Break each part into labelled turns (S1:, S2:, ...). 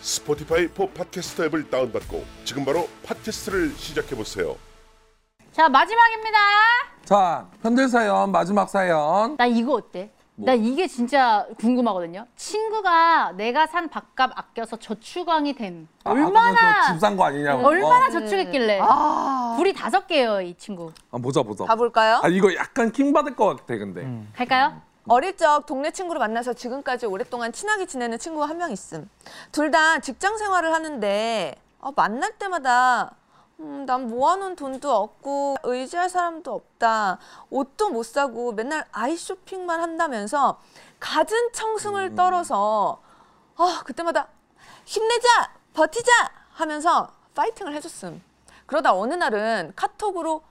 S1: 스포티파이 포 팟캐스터 앱을 다운받고 지금 바로 팟캐스트를 시작해보세요.
S2: 자, 마지막입니다.
S3: 자, 현대 사연 마지막 사연.
S2: 나 이거 어때?
S3: 뭐?
S2: 나 이게 진짜 궁금하거든요. 친구가 내가 산 밥값 아껴서 저축왕이 된.
S3: 아, 아까
S2: 얼마나,
S3: 그거 집산 거 아니냐고.
S2: 얼마나
S3: 어.
S2: 저축했길래.
S4: 아.
S2: 불이 다섯 개예요, 이 친구.
S3: 아, 보자 보자.
S5: 가볼까요?
S3: 아, 이거 약간 킹 받을 것 같아 근데.
S2: 음. 갈까요?
S5: 어릴 적 동네 친구를 만나서 지금까지 오랫동안 친하게 지내는 친구가 한 명 있음. 둘 다 직장 생활을 하는데 아, 만날 때마다 음, 난 모아놓은 돈도 없고 의지할 사람도 없다. 옷도 못 사고 맨날 아이 쇼핑만 한다면서 갖은 청승을 떨어서 아 그때마다 힘내자 버티자 하면서 파이팅을 해줬음. 그러다 어느 날은 카톡으로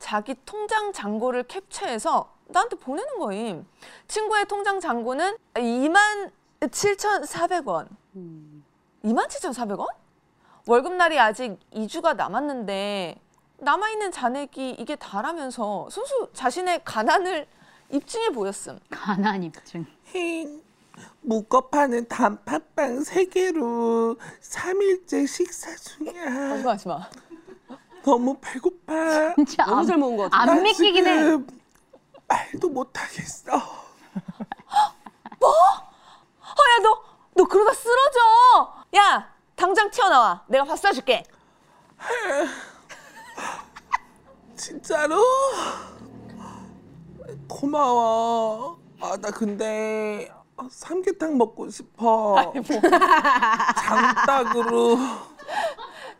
S5: 자기 통장 잔고를 캡처해서 나한테 보내는 거임. 친구의 통장 잔고는 2만 7,400원. 2만 7,400원? 월급날이 아직 2주가 남았는데 남아있는 잔액이 이게 다라면서 순수 자신의 가난을 입증해 보였음.
S2: 가난 입증.
S3: 묶어파는 단팥빵 세개로삼일째 식사 중이야.
S5: 하지 마.
S3: 너무 배고파.
S2: 진짜 안, 안 믿기긴 해.
S3: 말도 못하겠어.
S5: 허야 너, 너 그러다 쓰러져. 야 당장 튀어나와. 내가 밥 사줄게.
S3: 진짜로? 고마워. 아, 나 근데 삼계탕 먹고 싶어. 장닭으로.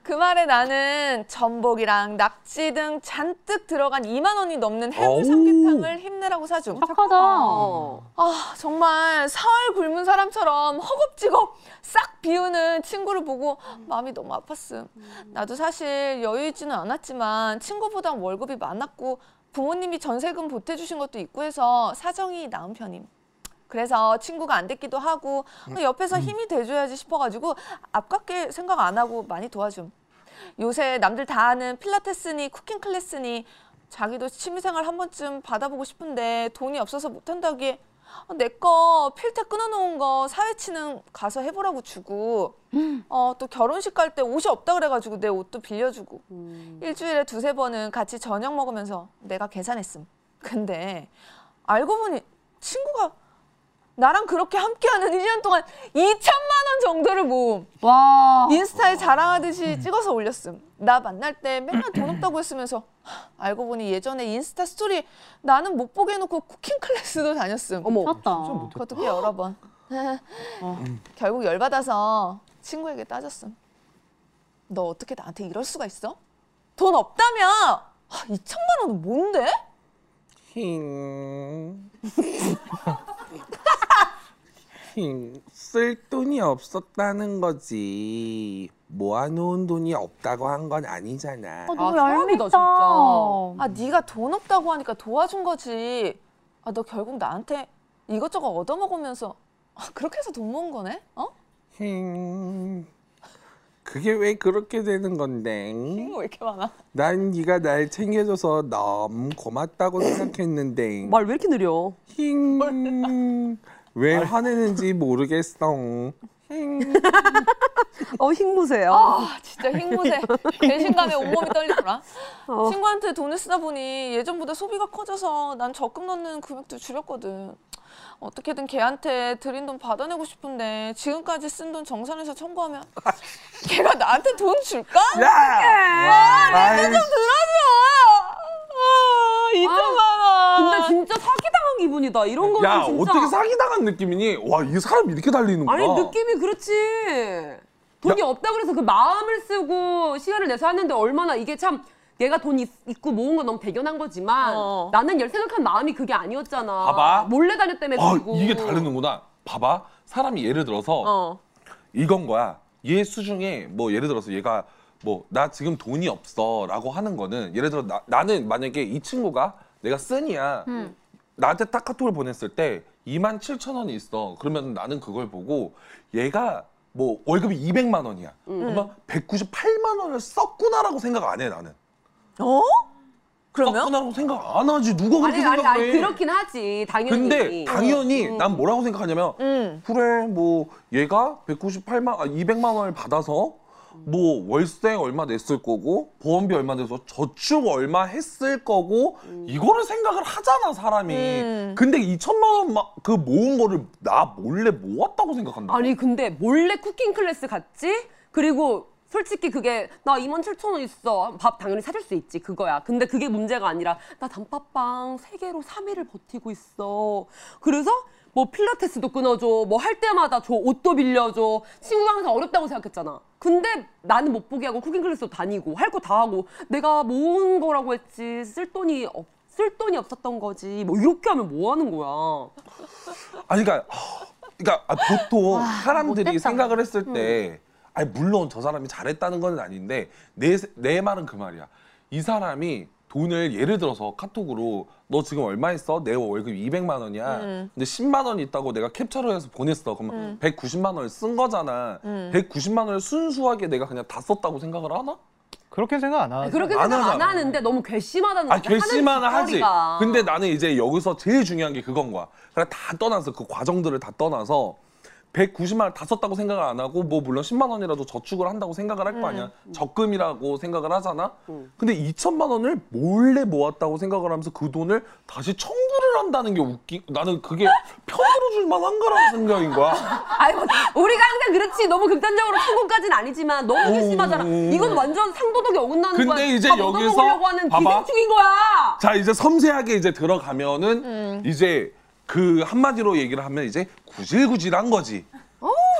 S5: 그 말에 나는 전복이랑 낙지 등 잔뜩 들어간 2만 원이 넘는
S3: 어우.
S5: 해물 삼계탕을 힘내라고 사줌.
S2: 착하다.
S5: 아 정말 사흘 굶은 사람처럼 허겁지겁 싹 비우는 친구를 보고 마음이 너무 아팠음. 나도 사실 여유 있지는 않았지만 친구보다 월급이 많았고 부모님이 전세금 보태주신 것도 있고 해서 사정이 나은 편임. 그래서 친구가 안 됐기도 하고 옆에서 힘이 돼줘야지 싶어가지고 아깝게 생각 안 하고 많이 도와줌. 요새 남들 다 하는 필라테스니 쿠킹 클래스니 자기도 취미생활 한 번쯤 받아보고 싶은데 돈이 없어서 못한다기에 어, 내 거 필터 끊어놓은 거 사회치는 가서 해보라고 주고 어, 또 결혼식 갈 때 옷이 없다 그래가지고 내 옷도 빌려주고 일주일에 두세 번은 같이 저녁 먹으면서 내가 계산했음. 근데 알고 보니 친구가 나랑 그렇게 함께하는 1년 동안 2천만 원 정도를 모음.
S2: 와.
S5: 인스타에 자랑하듯이 찍어서 올렸음. 나 만날 때 맨날 돈 없다고 했으면서 알고 보니 예전에 인스타 스토리 나는 못 보게 해놓고 쿠킹 클래스도 다녔음. 어. 어머.
S2: 미쳤다.
S5: 그것도 꽤 여러 번. 결국 열받아서 친구에게 따졌음. 너 어떻게 나한테 이럴 수가 있어? 돈 없다며? 아, 2천만 원은 뭔데?
S3: 힝. 힝. 쓸 돈이 없었다는 거지. 모아놓은 돈이 없다고 한 건 아니잖아.
S2: 어, 너무
S4: 아,
S2: 얄밉다.
S4: 사람이다, 진짜.
S5: 아, 네가 돈 없다고 하니까 도와준 거지. 아, 너 결국 나한테 이것저것 얻어먹으면서 아, 그렇게 해서 돈 모은 거네? 어?
S3: 힝. 그게 왜 그렇게 되는 건데?
S5: 왜뭐 이렇게 많아?
S3: 난 네가 날 챙겨줘서 너무 고맙다고 생각했는데
S4: 말 왜 이렇게 느려?
S3: 힝. 왜 화내는지 모르겠어 힝.
S4: 어, 힘 보세요.
S5: 아, 진짜 흰무새. 배신감에 온몸이 떨리더라. 친구한테 돈을 쓰다 보니 예전보다 소비가 커져서 난 적금 넣는 금액도 줄였거든. 어떻게든 걔한테 드린 돈 받아내고 싶은데 지금까지 쓴 돈 정산해서 청구하면 걔가 나한테 돈 줄까?
S3: 야! 와, 아이씨.
S5: 들어줘! 2천만 원!
S4: 아, 근데 진짜 사기당한 기분이다. 이런 거는
S3: 야
S4: 진짜.
S3: 어떻게 사기당한 느낌이니? 와 이 사람 이렇게 달리는구나
S4: 아니 느낌이 그렇지. 돈이 없다 그래서 그 마음을 쓰고 시간을 내서 하는데 얼마나 이게 참 얘가 돈 있, 있고 모은 건 너무 대견한 거지만
S5: 어.
S4: 나는 얘 생각한 마음이 그게 아니었잖아.
S6: 봐봐.
S4: 몰래 다녔다며
S6: 아,
S4: 그리고.
S6: 이게 다르는구나. 봐봐. 사람이 예를 들어서
S5: 어.
S6: 이건 거야. 얘 수중에 뭐 예를 들어서 얘가 뭐 나 지금 돈이 없어라고 하는 거는 예를 들어 나, 는 만약에 이 친구가 내가 쓰니야
S4: 음.
S6: 나한테 딱 카톡을 보냈을 때 2만 7천 원이 있어 그러면 나는 그걸 보고 얘가 뭐 월급이 200만 원이야
S4: 음.
S6: 그러면 198만 원을 썼구나라고 생각 안 해 나는
S5: 어? 그러면
S6: 썼구나라고 생각 안 하지 누가 그렇게
S4: 아니 아니 음.
S6: 생각해
S4: 아니 그렇긴 하지 당연히.
S6: 근데 당연히 난 뭐라고 생각하냐면
S5: 음.
S6: 그래 뭐 얘가 198만 아 200만 원을 받아서 뭐 월세 얼마 냈을 거고 보험비 얼마 내서 저축 얼마 했을 거고 이거를 생각을 하잖아 사람이
S5: 음.
S6: 근데 2천만 원 그 모은 거를 나 몰래 모았다고 생각한다
S4: 아니 근데 몰래 쿠킹 클래스 갔지? 그리고 솔직히 그게 나 2만 7천 원 있어. 밥 당연히 사줄 수 있지. 그거야. 근데 그게 문제가 아니라 나 단팥빵 세개로 3일을 버티고 있어. 그래서 뭐 필라테스도 끊어줘. 뭐 할 때마다 줘. 옷도 빌려줘. 친구가 항상 어렵다고 생각했잖아. 근데 나는 못 보게 하고 쿠킹 클래스도 다니고 할 거 다 하고 내가 모은 거라고 했지 쓸 돈이 없. 쓸 돈이 없었던 거지. 뭐 이렇게 하면 뭐 하는 거야.
S6: 아니 그러니까 하, 그러니까 아, 보통 사람들이
S2: 못됐다.
S6: 생각을 했을 때 아니 물론 저 사람이 잘했다는 건 아닌데 내 내 말은 그 말이야. 이 사람이 돈을 예를 들어서 카톡으로 너 지금 얼마 있어? 내 월급 200만 원이야.
S4: 음.
S6: 근데 10만 원 있다고 내가 캡처를 해서 보냈어. 그러면 190만 원을 쓴 거잖아.
S4: 음.
S6: 190만 원을 순수하게 내가 그냥 다 썼다고 생각을 하나?
S7: 그렇게 생각 안 하죠.
S4: 그렇게
S6: 안
S4: 생각 안
S6: 하잖아.
S4: 하는데 너무 괘씸하다는
S6: 아,
S4: 거지.
S6: 결심만
S4: 하는
S6: 하지.
S4: 짓거리가.
S6: 근데 나는 이제 여기서 제일 중요한 게 그건 거야. 그냥 다 떠나서 그 과정들을 다 떠나서 190만 원 다 썼다고 생각을 안 하고 뭐 물론 10만 원이라도 저축을 한다고 생각을 할 거 아니야.
S4: 음,
S6: 적금이라고 생각을 하잖아. 근데 2천만 원을 몰래 모았다고 생각을 하면서 그 돈을 다시 청구를 한다는 게 웃기. 나는 그게 편으로 줄 만한 거라는 생각인 거야.
S4: 아이 뭐 우리가 항상 그렇지 너무 극단적으로 천국까지는 아니지만 너무 괘씸하잖아.
S6: 음.
S4: 이건 완전 상도덕이 어긋나는
S6: 근데
S4: 거야.
S6: 이제
S4: 다 먹어
S6: 여기서
S4: 먹으려고 하는
S6: 봐봐.
S4: 기생충인 거야.
S6: 자, 이제 섬세하게 이제 들어가면은 이제 그 한마디로 얘기를 하면 이제 구질구질한 거지.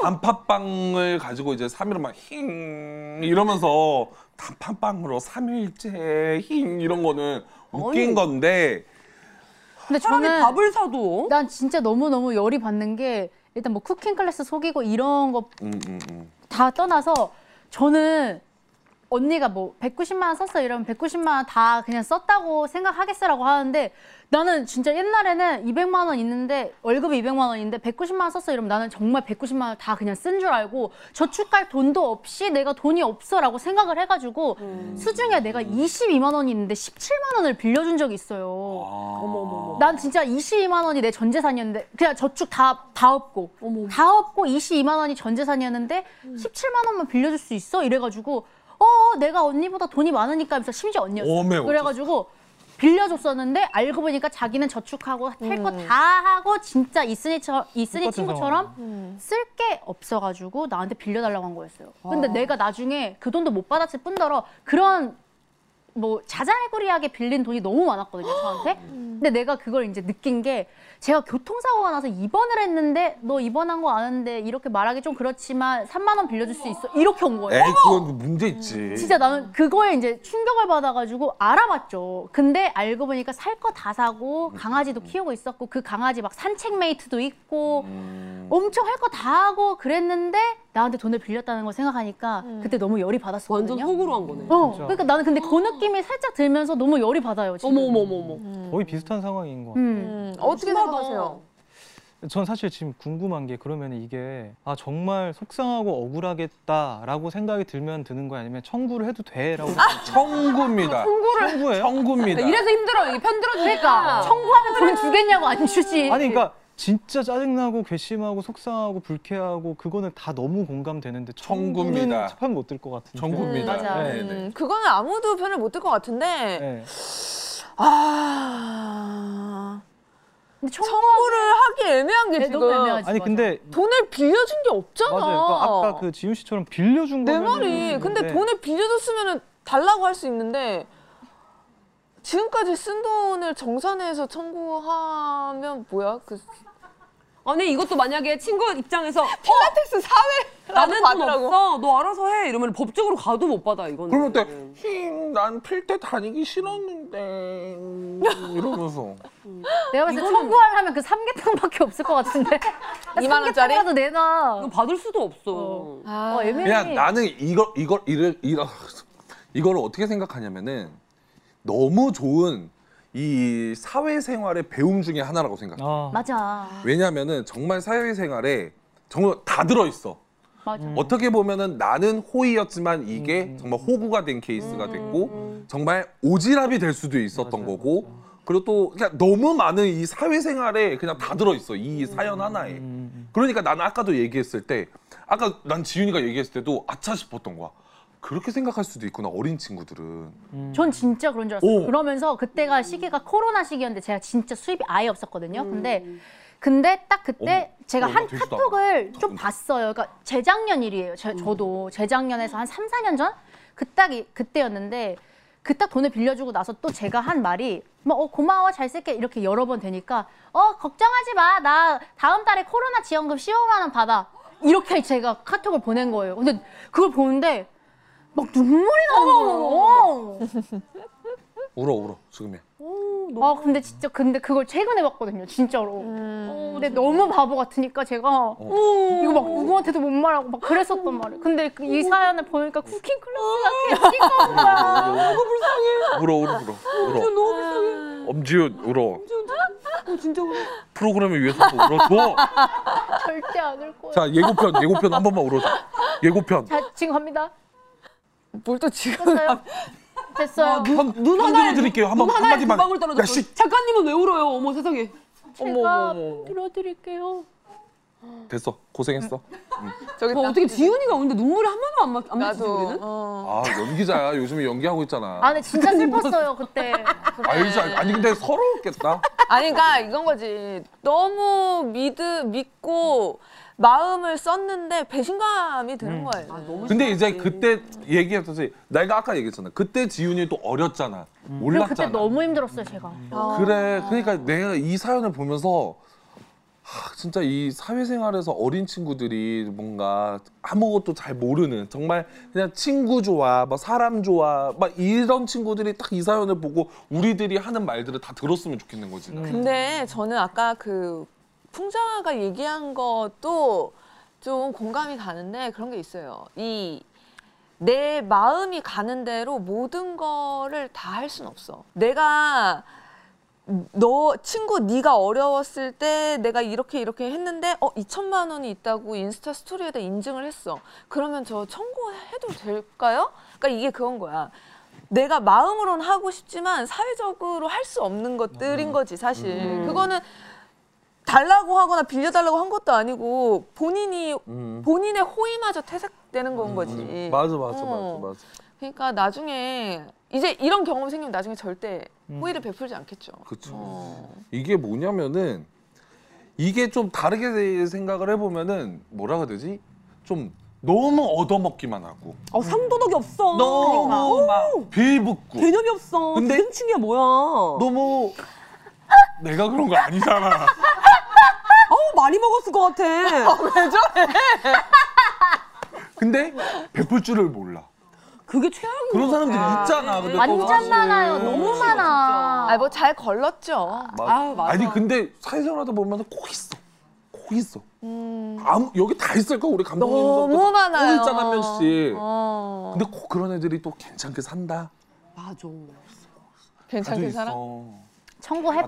S6: 단팥빵을 가지고 이제 3일을 막힝 이러면서 단팥빵으로 3일째 힝 이런 거는 웃긴 건데
S2: 근데
S4: 사람이
S2: 저는
S4: 밥을 사도
S2: 난 진짜 너무너무 열이 받는 게 일단 뭐 쿠킹 클래스 속이고 이런 거 다
S6: 음, 음, 음.
S2: 떠나서 저는 언니가 뭐 190만 원 썼어 이러면 190만 원 다 그냥 썼다고 생각하겠어라고 하는데 나는 진짜 옛날에는 200만 원 있는데 월급이 200만 원인데 190만 원 썼어 이러면 나는 정말 190만 원 다 그냥 쓴 줄 알고 저축할 돈도 없이 내가 돈이 없어라고 생각을 해가지고 수중에 내가 22만 원이 있는데 17만 원을 빌려준 적이 있어요. 난 진짜 22만 원이 내 전재산이었는데 그냥 저축 다, 다 없고 다 없고 22만 원이 전재산이었는데 17만 원만 빌려줄 수 있어? 이래가지고 어 내가 언니보다 돈이 많으니까 하면서 심지어 언니였어
S6: 어메, 어쩌-
S2: 그래가지고 빌려줬었는데 알고 보니까 자기는 저축하고 할 거 다 하고 진짜 이순이, 처, 이순이
S7: 똑같은
S2: 친구처럼 쓸 게 없어가지고 나한테 빌려달라고 한 거였어요 근데 내가 나중에 그 돈도 못 받았을 뿐더러 그런 뭐 자잘구리하게 빌린 돈이 너무 많았거든요 저한테. 근데 내가 그걸 이제 느낀 게 제가 교통사고가 나서 입원을 했는데 너 입원한 거 아는데 이렇게 말하기 좀 그렇지만 3만 원 빌려줄 수 있어 이렇게 온 거예요.
S6: 에이 그건 문제
S7: 네.
S6: 있지.
S2: 음, 진짜 나는 그거에 이제 충격을 받아가지고 알아봤죠. 근데 알고 보니까 살 거 다 사고
S7: 음.
S2: 강아지도 키우고 있었고 그 강아지 막 산책 메이트도 있고
S7: 음.
S2: 엄청 할 거 다 하고 그랬는데 나한테 돈을 빌렸다는 걸 생각하니까 그때 너무 열이
S4: 음. 완전
S2: 받았었거든요.
S4: 속으로 한 거네.
S2: 어, 그러니까 나는 근데 그 느낌이 살짝 들면서 너무 열이 받아요. 지금.
S4: 어머 어머 어머 어머.
S7: 거의 비슷한 상황인 것 같아요.
S2: 음.
S5: 음, 어떻게
S4: 심하다.
S5: 생각하세요?
S7: 전 사실 지금 궁금한 게 그러면 이게 아 정말 속상하고 억울하겠다라고 생각이 들면 드는 거야 아니면 청구를 해도 돼라고
S5: 아,
S6: 청구입니다.
S7: 청구예요?
S6: 청구입니다.
S4: 네, 이래서 힘들어. 이게 편들어주니까.
S2: 그러니까 청구하면 돈 주겠냐고 안 주지.
S7: 아니 그러니까 진짜 짜증나고 괘씸하고 속상하고 불쾌하고 그거는 다 너무 공감되는데
S6: 청구입니다.
S7: 청구는 참 못 들 것 같은데.
S6: 청구입니다.
S2: 음, 맞아.
S6: 네, 네.
S5: 음, 그거는 아무도 편을 못 들 것 같은데
S7: 네.
S5: 아
S4: 어,
S2: 근데 청구
S5: 청구를 하기 애매한 게
S2: 네,
S5: 지금
S2: 너무 애매하지.
S7: 아니 근데
S5: 돈을 빌려준 게 없잖아. 어.
S7: 맞아요. 그러니까 아까 그 지윤 씨처럼 빌려준 네. 거.
S5: 내 말이 근데 돈을 빌려줬으면 달라고 할 수 있는데
S4: 어.
S5: 지금까지 쓴 돈을 정산해서 청구하면 뭐야 그
S4: 아니 이것도 만약에 친구 입장에서
S5: 필라테스 사회
S4: 나는 돈
S5: 받으라고.
S4: 없어 너 알아서 해 이러면 법적으로 가도 못 받아 이거는
S6: 그러면 때, 힘, 난 필 때 다니기 싫었는데. 이러면서.
S2: 내가 봤을 때 청구하려면 그 삼계탕밖에 없을 것 같은데.
S5: 이만 원짜리?
S2: 삼계탕이라도 내놔.
S4: 이거 받을 수도 없어
S2: 어.
S5: 아,
S2: 어, 예민이.
S6: 그냥 나는 이걸 이걸 이를 이런 이걸 어떻게 생각하냐면은 너무 좋은 이 사회생활의 배움 중에 하나라고 생각해.
S7: 아,
S2: 맞아.
S6: 왜냐면은 정말 사회생활에 정말 다 들어 있어.
S2: 맞아.
S6: 어떻게 보면은 나는 호의였지만 이게 정말 호구가 된 케이스가
S2: 음,
S6: 됐고 정말 오지랖이 될 수도 있었던 거고 그리고 또 그냥 너무 많은 이 사회생활에 그냥 다 들어 있어 이 사연 하나에 그러니까 나는 아까도 얘기했을 때 아까 난 지윤이가 얘기했을 때도 아차 싶었던 거야 그렇게 생각할 수도 있구나 어린 친구들은
S2: 전 진짜 그런 줄 알았어요.
S6: 음. 오.
S2: 그러면서 그때가 시기가 코로나 시기였는데 제가 진짜 수입이 아예 없었거든요. 근데 근데 딱 그때 제가
S6: 어머,
S2: 한
S6: 되지도 않아. 음.
S2: 카톡을 좀
S6: 근데.
S2: 봤어요. 그러니까 재작년 일이에요. 제, 저도 재작년에서 한 3, 4년 전 그딱 그때였는데 그 딱 돈을 빌려주고 나서 또 제가 한 말이 뭐 어, 고마워 잘 쓸게 이렇게 여러 번 되니까 어 걱정하지 마 나 다음 달에 코로나 지원금 15만 원 받아 이렇게 제가 카톡을 보낸 거예요. 근데 그걸 보는데 막 눈물이 나는 거예요.
S6: 울어 울어 지금이야
S2: 아 근데 진짜 근데 그걸 최근에 봤거든요 진짜로 어, 근데 너무 바보 같으니까 제가 이거 막 누구한테도 못 말하고 막 그랬었단 말이에요 근데 그이 사연을 보니까 쿠킹 클래스가 개띠가 온 거야
S6: 울어 울어 울어 울어 너무 불쌍해 엄지윤 울어 엄지윤 진짜 울어 프로그램을 위해서 또 울어줘
S2: 절대 안 올 거야
S6: 자 예고편 예고편 한 번만
S2: 네.
S6: 울어줘 예고편
S2: 자 지금 갑니다
S5: 뭘 또 지금
S2: 됐어요? 됐어요
S6: 한, 눈 하나에 드릴게요. 한,
S2: 뭐
S6: 번,
S4: 눈 하나에
S6: 한마디만.
S4: 두 방울 떨어졌어
S6: 야, 씨,
S4: 작가님은 왜 울어요 어머 세상에
S2: 제가 들어드릴게요
S6: 됐어. 고생했어.
S5: 저기
S4: 어,
S5: 있다.
S4: 어떻게 지훈이가 우는데 눈물이 하나도 안 막- 안 맞지
S5: 나도
S4: 우리는
S5: 어.
S6: 아, 연기자야. 요즘에 연기하고 있잖아.
S2: 아 근데 진짜 슬펐어요 그때
S6: 알지, 알지. 아니, 근데 서러웠겠다.
S5: 아니 그러니까 이건 거지 너무 믿 믿고 마음을 썼는데 배신감이 드는 거예요.
S6: 근데
S2: 아, 네.
S6: 이제 그때 얘기했듯이 내가 아까 얘기했잖아. 그때 지훈이 또 어렸잖아.
S2: 그리고 음.
S6: 몰랐잖아.
S2: 그때 너무 힘들었어요 제가 아,
S6: 그래. 그러니까 내가 이 사연을 보면서 하, 진짜 이 사회생활에서 어린 친구들이 뭔가 아무것도 잘 모르는 정말 그냥 친구 좋아, 막 사람 좋아, 막 이런 친구들이 딱 이 사연을 보고 우리들이 하는 말들을 다 들었으면 좋겠는 거지.
S5: 근데 저는 아까 그 풍자가 얘기한 것도 좀 공감이 가는데 그런 게 있어요. 이 내 마음이 가는 대로 모든 거를 다 할 순 없어. 내가 너 친구 네가 어려웠을 때 내가 이렇게 이렇게 했는데 어 2천만 원이 있다고 인스타 스토리에다 인증을 했어. 그러면 저 청구해도 될까요? 그러니까 이게 그건 거야. 내가 마음으로는 하고 싶지만 사회적으로 할 수 없는
S6: 음.
S5: 것들인 거지 사실. 그거는 달라고 하거나 빌려달라고 한 것도 아니고 본인이
S6: 음.
S5: 본인의 호의마저 퇴색되는 건 거지.
S6: 맞아, 맞아,
S5: 어.
S6: 맞아, 맞아.
S5: 그러니까 나중에 이제 이런 경험 생기면 나중에 절대
S6: 음.
S5: 호의를 베풀지 않겠죠.
S6: 그쵸.
S2: 어.
S6: 이게 뭐냐면은 이게 좀 다르게 생각을 해보면은 뭐라고 해야 되지? 좀 너무 얻어먹기만 하고
S4: 어, 상도덕이 없어
S6: 너무
S2: 어.
S6: 막 빌붙고
S4: 개념이 없어
S6: 근데-
S4: 근데 층이야 뭐야 너
S6: 너무 내가 그런 거 아니잖아.
S4: 어, 많이 먹었을 것 같아
S6: 근데 베풀 줄을 몰라.
S4: 그게 최악인 것
S6: 그런 사람들
S4: 같아.
S6: 있잖아. 근데 또
S2: 그러니까. 완전
S6: 사실.
S2: 많아요 너무 많아
S5: 아, 뭐 잘 걸렀죠.
S6: 막-
S4: 아유, 맞아.
S6: 아니 근데 사회생활하다 보면 꼭 있어. 꼭 있어.
S2: 음.
S6: 아무 여기 다 있을 거 우리 감독님도
S5: 너무 많아요.
S6: 꼭 있잖아 한 명씩.
S5: 어,
S6: 근데 꼭 그런 애들이 또 괜찮게 산다.
S4: 맞아
S6: 다들
S5: 괜찮게
S6: 있어.
S5: 살아.
S2: 청구해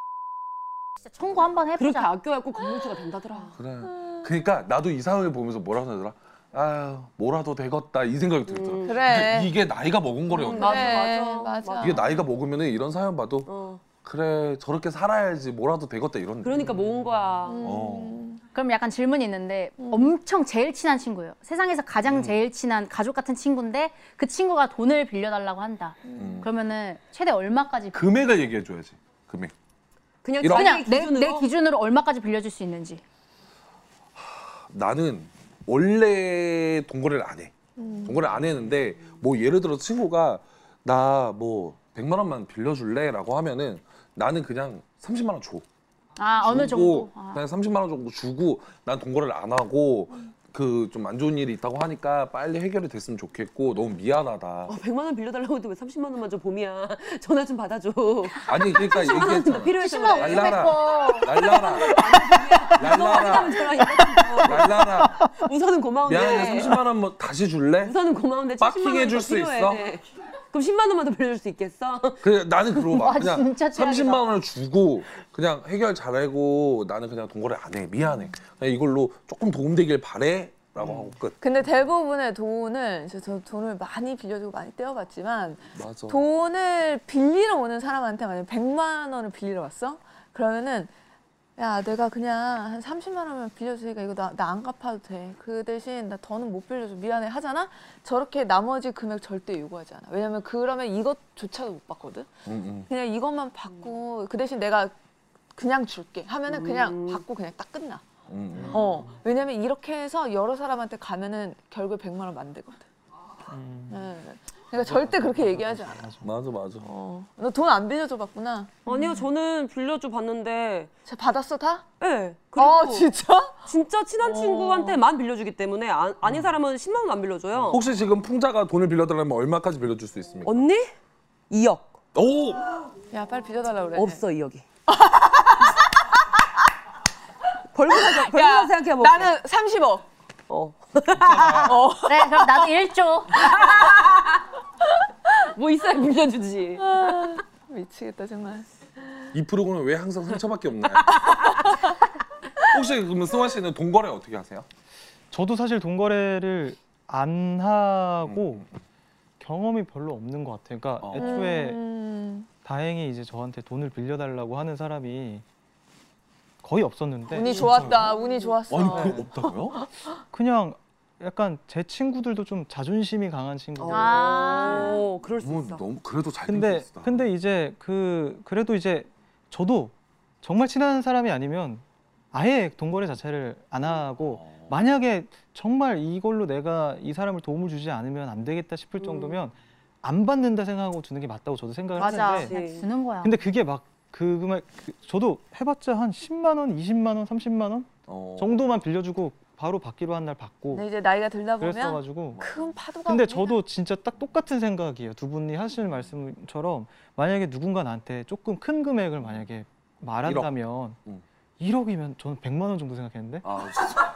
S2: 진짜 청구 한번
S4: 그렇게
S2: 해보자
S4: 아껴갖고 건물주가 된다더라
S6: 그래. 그러니까 나도 이 상황을 보면서 뭐라고 하더라. 아유 뭐라도 되겠다 이 생각이 들더라.
S5: 그래.
S6: 이게, 이게 나이가 먹은 거래요.
S4: 음,
S6: 나-
S5: 그래,
S4: 맞아, 맞아.
S5: 맞아.
S6: 이게 나이가 먹으면 이런 사연 봐도
S4: 어.
S6: 그래 저렇게 살아야지 뭐라도 되겠다 이런.
S4: 그러니까 모은 거야
S6: 어.
S5: 음.
S2: 그럼 약간 질문이 있는데
S4: 음.
S2: 엄청 제일 친한 친구예요. 세상에서 가장 제일 친한 가족 같은 친구인데 그 친구가 돈을 빌려달라고 한다. 그러면은 최대 얼마까지 빌-
S6: 금액을 얘기해 줘야지. 금액.
S4: 그냥
S6: 이런-
S2: 그냥
S4: 자기
S2: 내,
S4: 기준으로
S2: 내 기준으로 얼마까지 빌려줄 수 있는지.
S6: 나는 원래 동거래를 안 해.
S5: 음.
S6: 동거래를 안 했는데 뭐 예를 들어 친구가 나 뭐 100만 원만 빌려줄래라고 하면은 나는 그냥 30만 원 줘.
S2: 아 어느 정도.
S6: 주고
S2: 아.
S6: 그냥 30만 원 정도 주고 난 동거를 안 하고
S2: 음.
S6: 그 좀 안 좋은 일이 있다고 하니까 빨리 해결이 됐으면 좋겠고 너무 미안하다.
S4: 어, 100만 원 빌려달라고 해도 왜 30만 원만 줘 봄이야 전화 좀 받아줘
S6: 아니 그러니까
S4: 30만 원은 더
S6: 얘기했잖아.
S4: 필요해서
S2: 10만
S4: 그래
S2: 500
S6: 날라라.
S2: 거.
S6: 날라라
S4: 너랑
S6: 날라라
S4: 저랑 이거 좀
S6: 날라라
S4: 줘. 우선은 뭐 고마운데
S2: 네.
S6: 미안해 30만 원 뭐 다시 줄래?
S4: 우선은 고마운데
S6: 빡히게
S4: 70만
S6: 해줄
S4: 원더
S6: 수
S4: 필요해
S6: 있어?
S4: 그럼 10만 원만 더 빌려줄 수 있겠어?
S6: 그 나는 그러고
S2: 와,
S6: 막 그냥
S2: 아, 진짜 최악이다.
S6: 30만 원을 주고 그냥 해결 잘하고 나는 그냥 동거를 안 해 미안해 그냥 이걸로 조금 도움되길 바래라고 하고 끝
S5: 근데 대부분의 돈을 이제 저 돈을 많이 빌려주고 많이 떼어봤지만
S6: 맞아
S5: 돈을 빌리러 오는 사람한테 만약 100만 원을 빌리러 왔어? 그러면은 야 내가 그냥 한 30만 원만 빌려주니까 이거 나 안 갚아도 돼. 그 대신 나 더는 못 빌려줘 미안해 하잖아. 저렇게 나머지 금액 절대 요구하지 않아. 왜냐면 그러면 이것조차도 못 받거든.
S6: 음,
S5: 그냥 이것만 받고 그 대신 내가 그냥 줄게 하면은 그냥 받고 그냥 딱 끝나.
S6: 음, 음.
S5: 어 왜냐면 이렇게 해서 여러 사람한테 가면은 결국 100만 원 만들거든. 네. 그러니까 절대 그렇게 얘기하지 않아.
S6: 맞아 맞아
S5: 어, 너 돈 안 빌려줘 봤구나.
S4: 아니요 저는 빌려줘 봤는데
S5: 쟤 받았어 다?
S4: 예 네, 그리고
S5: 아 진짜? 어.
S4: 진짜 친한 친구한테만 빌려주기 때문에 아, 아닌 사람은 10만 원 안
S5: 어.
S4: 빌려줘요
S6: 혹시 지금 풍자가 돈을 빌려달라면 얼마까지 빌려줄 수 있습니까?
S4: 언니? 2억
S6: 어? 오
S5: 야 빨리 빌려달라 그래.
S4: 없어 2억이 벌금 사자 벌금
S5: 야,
S4: 생각해볼게
S5: 나는 30억.
S4: 어.
S2: 네 그럼 나도 1조.
S4: 뭐 있어야 빌려주지
S5: 미치겠다 정말.
S6: 이 프로그램 왜 항상 상처밖에 없나요? 혹시 그러면 승환 씨는 동거래 어떻게 하세요?
S7: 저도 사실 동거래를 안 하고 경험이 별로 없는 것 같아요. 그러니까
S6: 어.
S7: 애초에
S5: 음,
S7: 다행히 이제 저한테 돈을 빌려달라고 하는 사람이 거의 없었는데
S5: 운이 좋았다. 운이 좋았어. 네.
S6: 아니 그거 없다고요?
S7: 그냥 약간 제 친구들도 좀 자존심이 강한 친구들.
S2: 아.
S4: 오, 그럴 수
S6: 어머,
S4: 있어.
S6: 뭐 너무 그래도 잘
S7: 근데
S6: 생겼다.
S7: 근데 이제 그 그래도 이제 저도 정말 친한 사람이 아니면 아예 동거래 자체를 안 하고
S6: 어.
S7: 만약에 정말 이걸로 내가 이 사람을 도움을 주지 않으면 안 되겠다 싶을
S5: 음.
S7: 정도면 안 받는다 생각하고 주는 게 맞다고 저도 생각을
S2: 맞아.
S7: 하는데
S2: 그냥 주는 거야.
S7: 근데 그게 막 그금에 그- 저도 해봤자 한 10만 원, 20만 원, 30만 원
S6: 어.
S7: 정도만 빌려주고 바로 받기로 한 날 받고
S5: 근데 이제 나이가 들다 네, 보면
S7: 그랬어가지고
S5: 큰 파도가.
S7: 근데
S5: 오긴
S7: 저도 진짜 딱 똑같은 생각이에요. 두 분이
S5: 음.
S7: 하시는 말씀처럼 만약에 누군가 나한테 조금 큰 금액을 만약에 말한다면
S6: 음.
S7: 1억. 이면 저는 100만 원 정도
S5: 어.
S7: 생각했는데
S6: 아 진짜.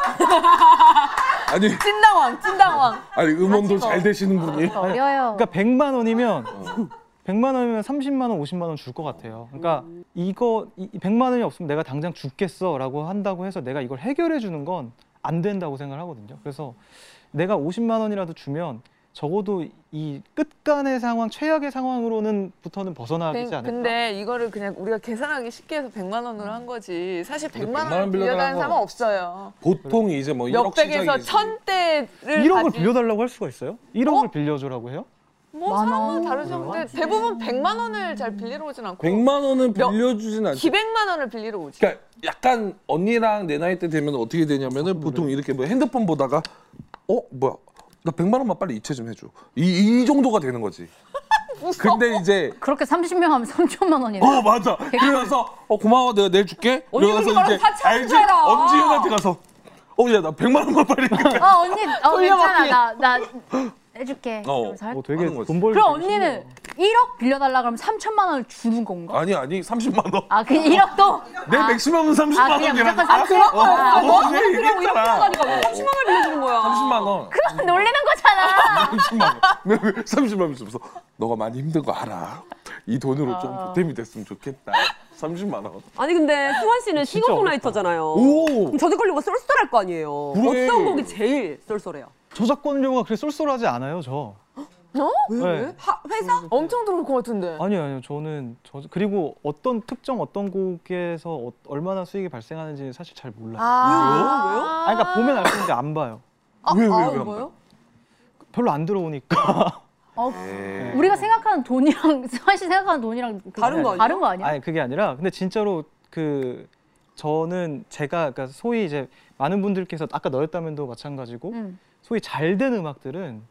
S6: 아니
S5: 하다. 찐당왕, 찐당왕.
S6: 아니 음원도 잘 되시는 분이.
S2: 어려요.
S7: 그러니까 100만 원이면 100만 원이면 30만 원, 50만 원 줄 것 같아요. 그러니까
S5: 음.
S7: 이거 이 100만 원이 없으면 내가 당장 죽겠어라고 한다고 해서 내가 이걸 해결해 주는 건 안 된다고 생각을 하거든요. 그래서 내가 50만 원이라도 주면 적어도 이 끝간의 상황, 최악의 상황으로는 부터는 벗어나지 않을까.
S5: 네, 근데 이거를 그냥 우리가 계산하기 쉽게 해서 100만 원으로 한 거지. 사실
S6: 근데
S5: 100만 원
S6: 100만 원
S5: 빌려달라는
S6: 빌려달라는
S5: 사람
S6: 거.
S5: 없어요.
S6: 보통 이제 뭐 1억
S5: 몇백에서
S6: 시작이지.
S5: 천대를
S7: 1억을
S5: 가진-
S7: 빌려달라고 할 수가 있어요? 1억을 빌려주라고 해요?
S5: 뭐 사람마다 다르죠. 근데 대부분 100만 원을 잘 빌리러 오진 않고
S6: 100만 원은
S5: 몇-
S6: 빌려주진 않죠.
S5: 200만 원을 빌리러 오지.
S6: 그러니까 약간 언니랑 내 나이 때 되면 어떻게 되냐면은 보통 이렇게 뭐 핸드폰 보다가 어 뭐야 나 100만 원만 빨리 이체 좀 해줘 이, 이 정도가 되는 거지. 근데 이제
S2: 그렇게 30명 하면 3천만 원이네.
S6: 어 맞아. 그래서 어 고마워 내가 내일 줄게.
S4: 언니
S6: 이러면서
S4: 그렇게 말하면 다 참은 줄 알아.
S6: 엄지윤한테 가서 어야 나 100만 원만 빨리. 이렇게.
S2: 어 언니 어 괜찮아 나 나 해줄게.
S6: 어.
S2: 이러면서 할-
S7: 어, 되게
S6: 하는 거지.
S7: 돈 벌기
S2: 아, 그럼 언니는 1억 빌려달라 그러면 3천만 원을 주는 건가?
S6: 아니 아니 30만 원.
S2: 아, 그 1억도
S6: 내 맥시멈은 30만
S2: 아, 그냥
S6: 원이라니까.
S2: 무조건 30만
S6: 어, 어,
S2: 원.
S6: 어, 그래, 얘기했잖아.
S4: 그러니까 왜 30만 원 빌려주는 거야.
S6: 30만 원.
S2: 놀리는 거잖아.
S6: 30만 원. 30만 원 주면서 너가 많이 힘든 거 알아. 이 돈으로 좀
S2: 아.
S6: 보탬이 됐으면 좋겠다. 30만 원.
S4: 아니 근데 승환 씨는 싱어송라이터잖아요.
S6: 오!
S4: 그럼 저작권료가 쏠쏠할 거 아니에요.
S6: 그래.
S4: 어떤 곡이 제일 쏠쏠해요?
S7: 저작권료가 그렇게 쏠쏠하지 않아요, 저.
S5: 어? 음.
S7: 네.
S4: 하- 회사?
S5: 엄청 들어올 것 같은데.
S7: 아니요, 아니요. 저는 저 그리고 어떤 특정 어떤 곡에서 어- 얼마나 수익이 발생하는지 사실 잘 몰라요.
S5: 아,
S7: 아,
S4: 왜요?
S7: 그러니까 보면 알 수 있는데 안 봐요.
S6: 왜, 왜,
S5: 아,
S6: 왜 안
S5: 뭐요?
S7: 별로 안 들어오니까.
S2: 우리가 생각하는 돈이랑 승환 씨 생각하는 돈이랑 그-
S4: 다른 거 아니야?
S2: 다른 거 아니야?
S7: 아니 그게 아니라 근데 진짜로 그 저는 제가 그러니까 소위 이제 많은 분들께서 아까 너였다면도 마찬가지고
S2: 응.
S7: 소위 잘 된 음악들은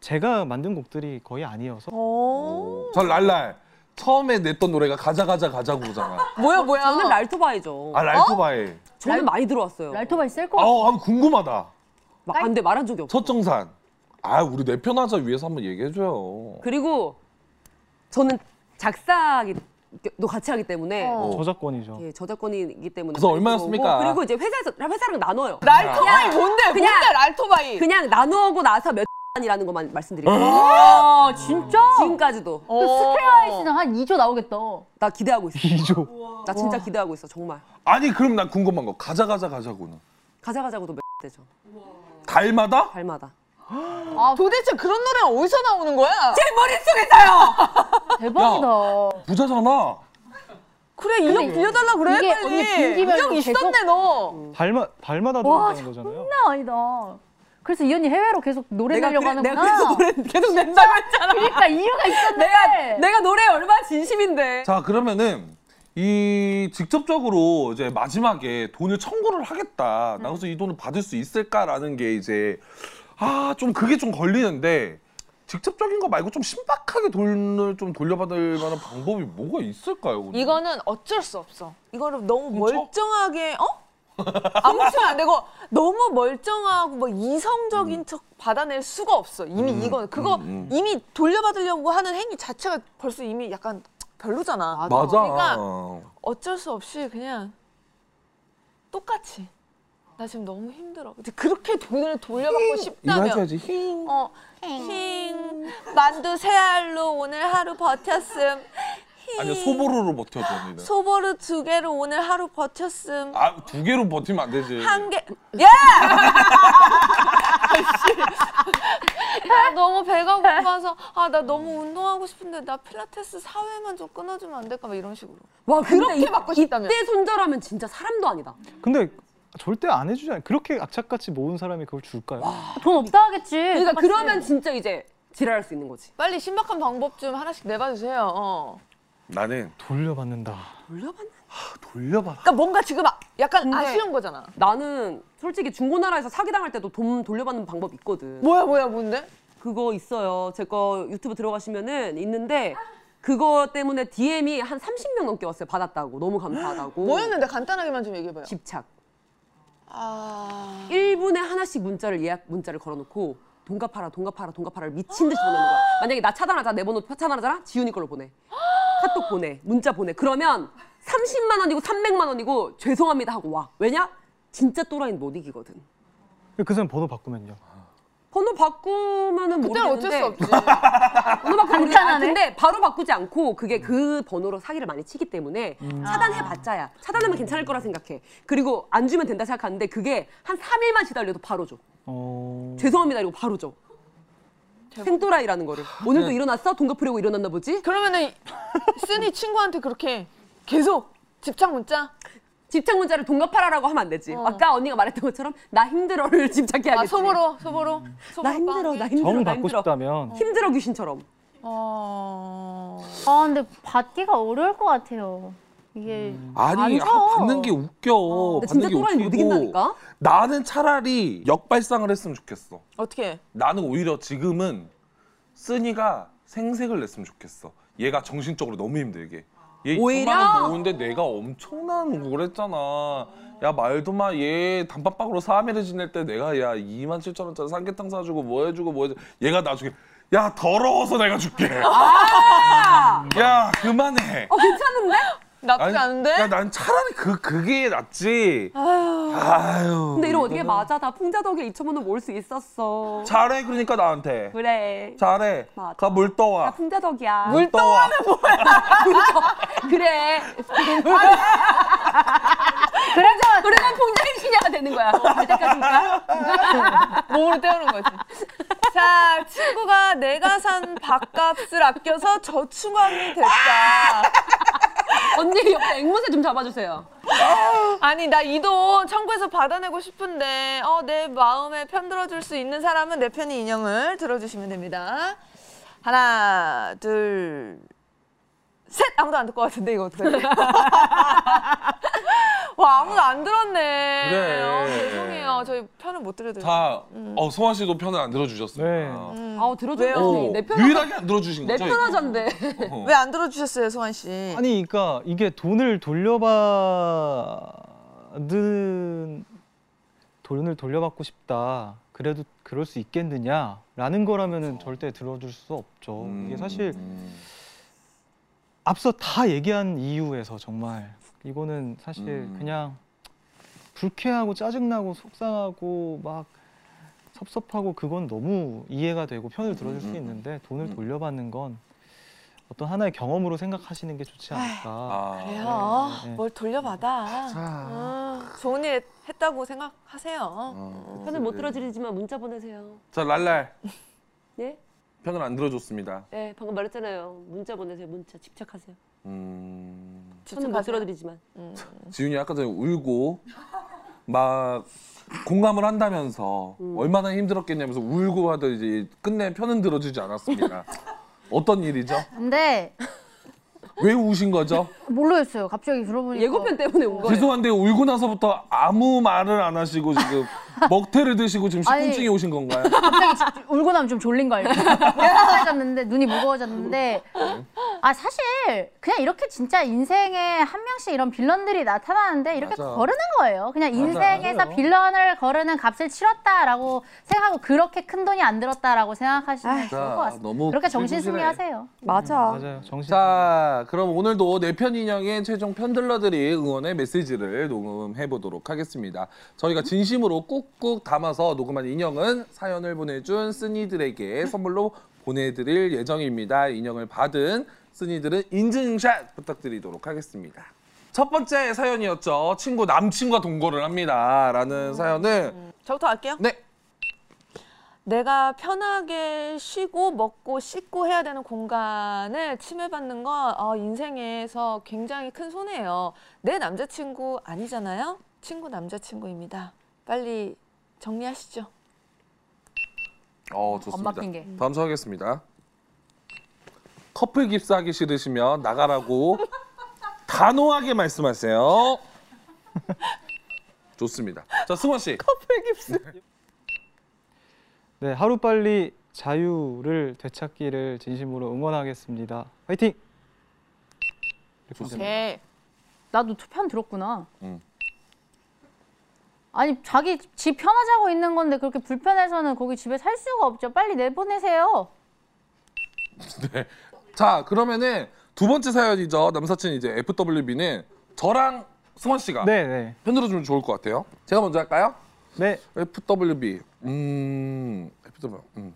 S7: 제가 만든 곡들이 거의 아니어서
S5: 어.
S6: 전 랄랄 처음에 냈던 노래가 가자 가자
S2: 어?
S6: 가자고잖아.
S5: 뭐야 뭐야.
S4: 저는 랄토바이죠.
S6: 아 랄토바에.
S4: 저는 많이 들어왔어요.
S2: 랄토바이 쓸 거.
S6: 아우 아, 궁금하다.
S4: 막, 안 돼, 말한 적이 없어.
S6: 서정산. 아 우리 내 편하자 위해서 한번 얘기해줘요.
S4: 그리고 저는 작사도 같이 하기 때문에
S5: 어.
S7: 저작권이죠.
S4: 예, 저작권이기 때문에
S6: 그래서
S4: 많이
S6: 얼마였습니까?
S4: 들어오고 그리고 이제 회사에서 회사랑 나눠요.
S5: 랄토바이 뭔데?
S4: 그냥-
S5: 뭔데 랄토바이?
S4: 그냥 나누고 나서 몇 단이라는 것만
S6: 어?
S4: 말씀드릴게요. 어.
S6: 아,
S2: 와 진짜?
S4: 지금까지도
S2: 그
S5: 어.
S2: 스페어에서는 한 2조 나오겠다.
S4: 나 기대하고 있어.
S7: 2조.
S4: 나 진짜 기대하고 있어. 정말
S6: 아니 그럼 나 궁금한 거 가자 가자 가자고는
S4: 가자 가자고도 몇 대죠.
S6: 달마다?
S4: 달마다.
S5: 도대체 그런 노래가 어디서 나오는 거야?
S2: 대박이다.
S6: 부자잖아.
S5: 그래 인형 빌려달라 그래
S2: 이게
S5: 빨리.
S2: 언니 분기별로
S5: 인형 있었네 너.
S7: 발마, 발마다
S2: 와
S7: 들어가는 거잖아요.
S2: 장난 아니다. 그래서 이 언니 해외로 계속 노래
S4: 내가
S2: 내려고
S4: 그래,
S2: 하는구나.
S4: 내가 그래서 노래 계속 낸다고 했잖아.
S2: 그러니까 이유가 있었는데.
S4: 내가 내가 노래 얼마나 진심인데.
S6: 자 그러면은 이 직접적으로 이제 마지막에 돈을 청구를 하겠다.
S4: 음.
S6: 나 그래서 이 돈을 받을 수 있을까라는 게 이제 아 좀 그게 좀 걸리는데 직접적인 거 말고 좀 신박하게 돈을 좀 돌려받을 만한 방법이 뭐가 있을까요? 근데?
S5: 이거는 어쩔 수 없어. 이거를 너무
S6: 훔쳐?
S5: 멀쩡하게 어? 안 훔치면 안 되고 너무 멀쩡하고 뭐 이성적인 척 받아낼 수가 없어. 이미 이건 그거
S6: 음, 음.
S5: 이미 돌려받으려고 하는 행위 자체가 벌써 이미 약간 별로잖아.
S6: 맞아.
S5: 그러니까 어쩔 수 없이 그냥 똑같이 나 지금 너무 힘들어. 근데 그렇게 돈을 돌려받고
S6: 그러니까 이거
S5: 싶다면
S6: 해줘야지. 힝.
S5: 어, 힝 만두 세 알로 오늘 하루 버텼음. 힝.
S6: 아니 소보로로 버텨 언니는.
S5: 소보루 두 개로 오늘 하루 버텼음.
S6: 아두 네. 개로 버티면 안 되지.
S5: 한 개. 예! 아이씨. 나 너무 배가 고파서 아 나 너무 운동하고 싶은데 나 필라테스 사회만 좀 끊어주면 안 될까 막 이런 식으로.
S4: 와
S5: 그렇게 받고 싶다면.
S4: 이때 손절하면 진짜 사람도 아니다.
S7: 근데 절대 안 해주잖아요. 그렇게 악착같이 모은 사람이 그걸 줄까요?
S2: 돈 없다 하겠지.
S4: 그러니까
S2: 똑같이.
S4: 그러면 진짜 이제 지랄할 수 있는 거지.
S5: 빨리 신박한 방법 좀 하나씩 내봐주세요. 어.
S6: 나는
S7: 돌려받는다.
S4: 돌려봤나?
S6: 아, 돌려받아.
S5: 그러니까 뭔가 지금 아- 약간
S4: 근데-
S5: 아쉬운 거잖아.
S4: 나는 솔직히 중고나라에서 사기당할 때도 돈 돌려받는 방법 있거든.
S5: 뭐야 뭐야 뭔데?
S4: 그거 있어요. 제 거 유튜브 들어가시면은 있는데 그거 때문에 DM이 한 30명 넘게 왔어요. 받았다고. 너무 감사하다고.
S5: 뭐였는데 간단하게만 좀 얘기해봐요.
S4: 집착.
S5: 아.
S4: 1분에 하나씩 문자를 예약 문자를 걸어놓고 돈 갚아라, 돈 갚아라, 돈 갚아라를 미친 듯이 보내는 거야. 만약에 나 차단하자, 내 번호 차단하잖아? 지훈이 걸로 보내. 카톡 보내, 문자 보내. 그러면 30만 원이고 300만 원이고 죄송합니다 하고 와. 왜냐? 진짜 또라이는 못 이기거든.
S7: 그 사람 번호 바꾸면요.
S4: 번호 바꾸면은
S5: 그때
S4: 모르겠는데
S5: 어쩔 수 없지.
S4: 번호 바꾸면 모르겠- 아,
S2: 간단하네.
S4: 근데 바로 바꾸지 않고 그게 그 번호로 사기를 많이 치기 때문에 차단해봤자야. 차단하면 괜찮을 거라 생각해. 그리고 안 주면 된다 생각하는데 그게 한 3일만 기다려도 바로 줘.
S7: 어...
S4: 죄송합니다 이러고 바로 줘. 생또라이라는 거를 오늘도 일어났어? 돈 갚으려고 일어났나 보지?
S5: 그러면은 쓰니 친구한테 그렇게 계속 집착 문자. 아,
S4: 집착 문자를 돈 갚아라라고 하면 안 되지. 아까 언니가 말했던 것처럼 나 힘들어를 집착해야겠지.
S5: 아 소보로 소보로 소보로
S4: 나 힘들어, 나 힘들어,
S7: 정
S4: 나
S7: 받고
S4: 힘들어.
S7: 싶다면
S4: 힘들어 귀신처럼.
S5: 어.
S2: 아 근데 받기가 어려울 것 같아요. 이게
S4: 음.
S6: 아니
S2: 안
S6: 아,
S2: 줘.
S6: 받는 게 웃겨.
S4: 나 어,
S6: 받는
S4: 진짜
S6: 게
S4: 또라이 못
S6: 웃기고.
S4: 이긴다니까?
S6: 나는 차라리 역발상을 했으면 좋겠어.
S5: 어떻게?
S6: 나는 오히려 지금은 쓰니가 생색을 냈으면 좋겠어. 얘가 정신적으로 너무 힘들게. 얘
S4: 오히려?
S6: 2천만 원 모으는데 내가 엄청난 걸 했잖아. 야 말도 마. 얘 단팥빵으로 3일을 지낼 때 내가 야 2만 7천 원짜리 삼계탕 사주고 뭐 해주고 뭐 해주고 얘가 나중에 야 더러워서 내가 줄게. 야 그만해.
S4: 아! 어 괜찮은데?
S5: 나쁘지
S6: 아니,
S5: 않은데?
S6: 야, 난 차라리 그 그게 낫지. 아유.
S4: 근데 이러면 어떻게 맞아? 다 풍자 덕에 2천만 원 모을 수 있었어.
S6: 잘해 그러니까 나한테.
S4: 그래.
S6: 잘해.
S4: 맞아.
S6: 가 물
S4: 다
S6: 떠와.
S4: 풍자 덕이야. 그러니까
S6: 물 떠와.
S4: 그래. 그래서 그래서 풍자 어. 귀신이가 되는 거야. 갈 때까지 가.
S5: 몸으로 때우는 거지. 자, 친구가 내가 산 밥값을 아껴서 저축왕이 됐다.
S4: 언니 옆에 앵무새 좀 잡아주세요.
S5: 아니, 나 이 돈 청구해서 받아내고 싶은데, 어, 내 마음에 편들어줄 수 있는 사람은 내 편이 인형을 들어주시면 됩니다. 하나, 둘, 셋! 아무도 안 될 것 같은데, 이거 어떡하지? 와 아무도 안 들었네.
S6: 그래.
S5: 어, 죄송해요. 저희 편을 못
S4: 네.
S5: 들려드려요.
S6: 다,
S4: 음.
S6: 어, 성환 씨도 편을 안 들어주셨습니다.
S7: 네.
S4: 아우 들어줘요.
S6: 어,
S4: 내 편하
S6: 유일하게 안 들어주신
S4: 내
S6: 거죠?
S4: 편하잔데.
S6: 어.
S5: 왜 안 들어주셨어요, 소환 씨?
S7: 아니 그러니까 이게 돈을 돌려받는 돈을 돌려받고 싶다. 그래도 그럴 수 있겠느냐라는 거라면은 절대 들어줄 수 없죠. 이게 사실
S6: 음.
S7: 앞서 다 얘기한 이유에서 정말 이거는 사실
S6: 음.
S7: 그냥 불쾌하고 짜증나고 속상하고 막 섭섭하고 그건 너무 이해가 되고 편을 들어줄 수
S6: 음.
S7: 있는데 돈을
S6: 음.
S7: 돌려받는 건 어떤 하나의 경험으로 생각하시는 게 좋지 않을까.
S6: 아.
S5: 그래요.
S7: 네, 네.
S5: 뭘 돌려받아. 음, 좋은 일 했다고 생각하세요.
S6: 어.
S4: 그 편을 못 들어드리지만 문자 보내세요.
S6: 자, 랄랄.
S4: 예?
S6: 편을 안 들어줬습니다.
S4: 예, 방금 말했잖아요. 문자 보내세요. 문자 집착하세요.
S6: 음.
S4: 편을 못 들어드리지만.
S6: 지윤이 아까 전에 울고 막 공감을 한다면서
S4: 음.
S6: 얼마나 힘들었겠냐면서 울고 하더니 이제 끝내 편은 들어주지 않았습니다. 어떤 일이죠?
S2: 근데
S6: 왜 우신 거죠?
S2: 모르겠어요. 갑자기 들어보니까
S4: 예고편 때문에 온 거예요.
S6: 죄송한데 울고 나서부터 아무 말을 안 하시고 지금 먹태를 드시고 지금
S2: 아니.
S6: 식곤증이 오신 건가요?
S2: 울고 나면 좀 졸린 거 알고 무거워졌는데 눈이 무거워졌는데 아 사실 그냥 이렇게 진짜 인생에 한 명씩 이런 빌런들이 나타나는데 이렇게
S6: 맞아.
S2: 거르는 거예요. 그냥
S6: 맞아,
S2: 인생에서
S6: 맞아요.
S2: 빌런을 거르는 값을 치렀다라고 생각하고 그렇게 큰 돈이 안 들었다라고 생각하시면 좋을
S6: 자,
S2: 것 같습니다.
S6: 너무
S2: 그렇게 정신
S6: 불구질해.
S2: 승리하세요.
S6: 음,
S4: 맞아.
S7: 맞아요. 정신.
S6: 자, 그럼 오늘도 내편 인형의 최종 편들러들이 응원의 메시지를 녹음해 보도록 하겠습니다. 저희가 진심으로 꾹꾹 담아서 녹음한 인형은 사연을 보내준 쓰니들에게 선물로 보내드릴 예정입니다. 인형을 받은 쓰니들은 인증샷 부탁드리도록 하겠습니다. 첫 번째 사연이었죠. 친구 남친과 동거를 합니다라는 사연을
S5: 저부터 할게요.
S6: 네
S5: 내가 편하게 쉬고 먹고 씻고 해야 되는 공간을 침해받는 건 어, 인생에서 굉장히 큰 손해예요. 내 남자친구 아니잖아요. 친구 남자친구입니다. 빨리 정리하시죠.
S6: 어, 좋습니다.
S2: 엄마 핑계.
S6: 다음 소개하겠습니다. 커플 깁스하기 싫으시면 나가라고 단호하게 말씀하세요. 좋습니다. 자, 승원 씨.
S7: 네, 하루 빨리 자유를 되찾기를 진심으로 응원하겠습니다. 화이팅! 이렇게 됩니다.
S5: 오케이.
S2: 나도 투편 들었구나.
S6: 응.
S2: 아니 자기 집 편하자고 있는 건데 그렇게 불편해서는 거기 집에 살 수가 없죠. 빨리 내보내세요.
S6: 자, 그러면은 두 번째 사연이죠. 남사친 이제 FWB는 저랑 승원 씨가
S7: 네, 네,
S6: 편들어 주면 좋을 것 같아요. 제가 먼저 할까요?
S7: 네.
S6: FWB. 음. FWB. 음.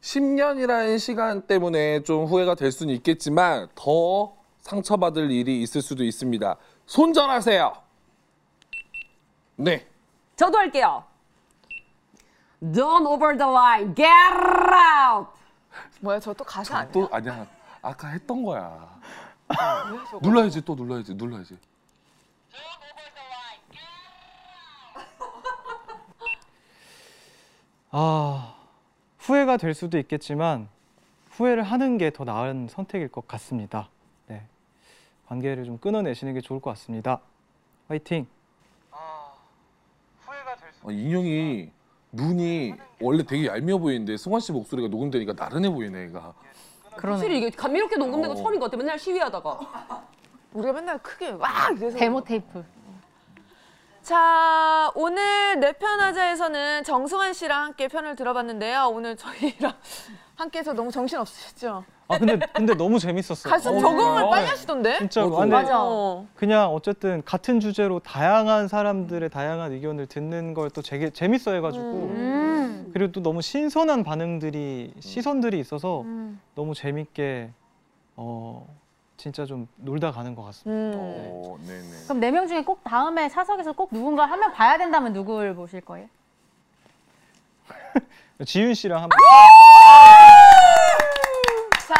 S6: 10년이라는 시간 때문에 좀 후회가 될 수는 있겠지만 더 상처받을 일이 있을 수도 있습니다. 손절하세요. 네.
S4: 저도 할게요. Don't over the line. Get out.
S5: 뭐야 저 또 가사 아니야?
S6: 또 아니야. 아까 했던 거야. 눌러야지 또 눌러야지 눌러야지.
S7: 아, 후회가 될 수도 있겠지만 후회를 하는 게 더 나은 선택일 것 같습니다. 네. 관계를 좀 끊어내시는 게 좋을 것 같습니다. 화이팅!
S6: 어, 인형이 눈이 원래 되게 얄미워 보이는데 승환 씨 목소리가 녹음되니까 나른해 보이네 얘가.
S4: 확실히 이게 감미롭게 녹음된 거
S6: 어.
S4: 처음인 것 같아. 맨날 시위하다가.
S5: 우리가 맨날 크게 와 이래서
S2: 데모 테이프.
S5: 자, 오늘 내 편하자에서는 정승환 씨랑 함께 편을 들어봤는데요. 오늘 저희랑 함께해서 너무 정신 없으셨죠?
S7: 아, 근데 근데 너무 재밌었어요.
S5: 가수
S7: 어,
S5: 적응을
S6: 정말.
S5: 빨리 하시던데?
S7: 진짜
S6: 어,
S7: 아, 근데
S2: 맞아.
S5: 어.
S7: 그냥 어쨌든 같은 주제로 다양한 사람들의 다양한 의견을 듣는 걸 또 되게 재밌어 해가지고
S2: 음.
S7: 그리고 또 너무 신선한 반응들이 시선들이 있어서 너무 재밌게 어 진짜 좀 놀다 가는 것 같습니다.
S5: 음.
S6: 어, 네네.
S2: 그럼 네 명 중에 꼭 다음에 사석에서 꼭 누군가 한 명 봐야 된다면 누구를 보실 거예요?
S7: 지윤 씨랑 한번
S5: 자,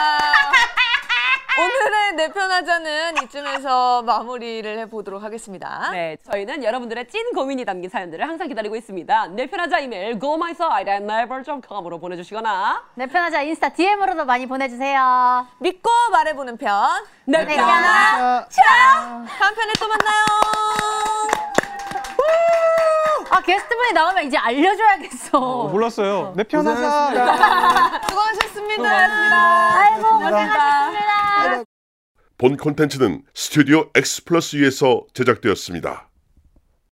S5: 오늘의 내 편하자는 이쯤에서 마무리를 해보도록 하겠습니다.
S4: 네, 저희는 여러분들의 찐 고민이 담긴 사연들을 항상 기다리고 있습니다. 내 편하자 이메일 gomyself@never.com으로 보내주시거나
S2: 내 네, 편하자 인스타 DM으로도 많이 보내주세요. 네,
S5: 믿고 말해보는 편.
S4: 내 네, 편하자
S5: 다음 편에 또 만나요.
S2: 아 게스트분이 나오면 이제 알려줘야겠어.
S7: 어, 몰랐어요. 내 편하다.
S5: 수고하셨습니다.
S2: 아이고 고생하셨습니다.
S1: 본 콘텐츠는 스튜디오 X 플러스 위에서 제작되었습니다.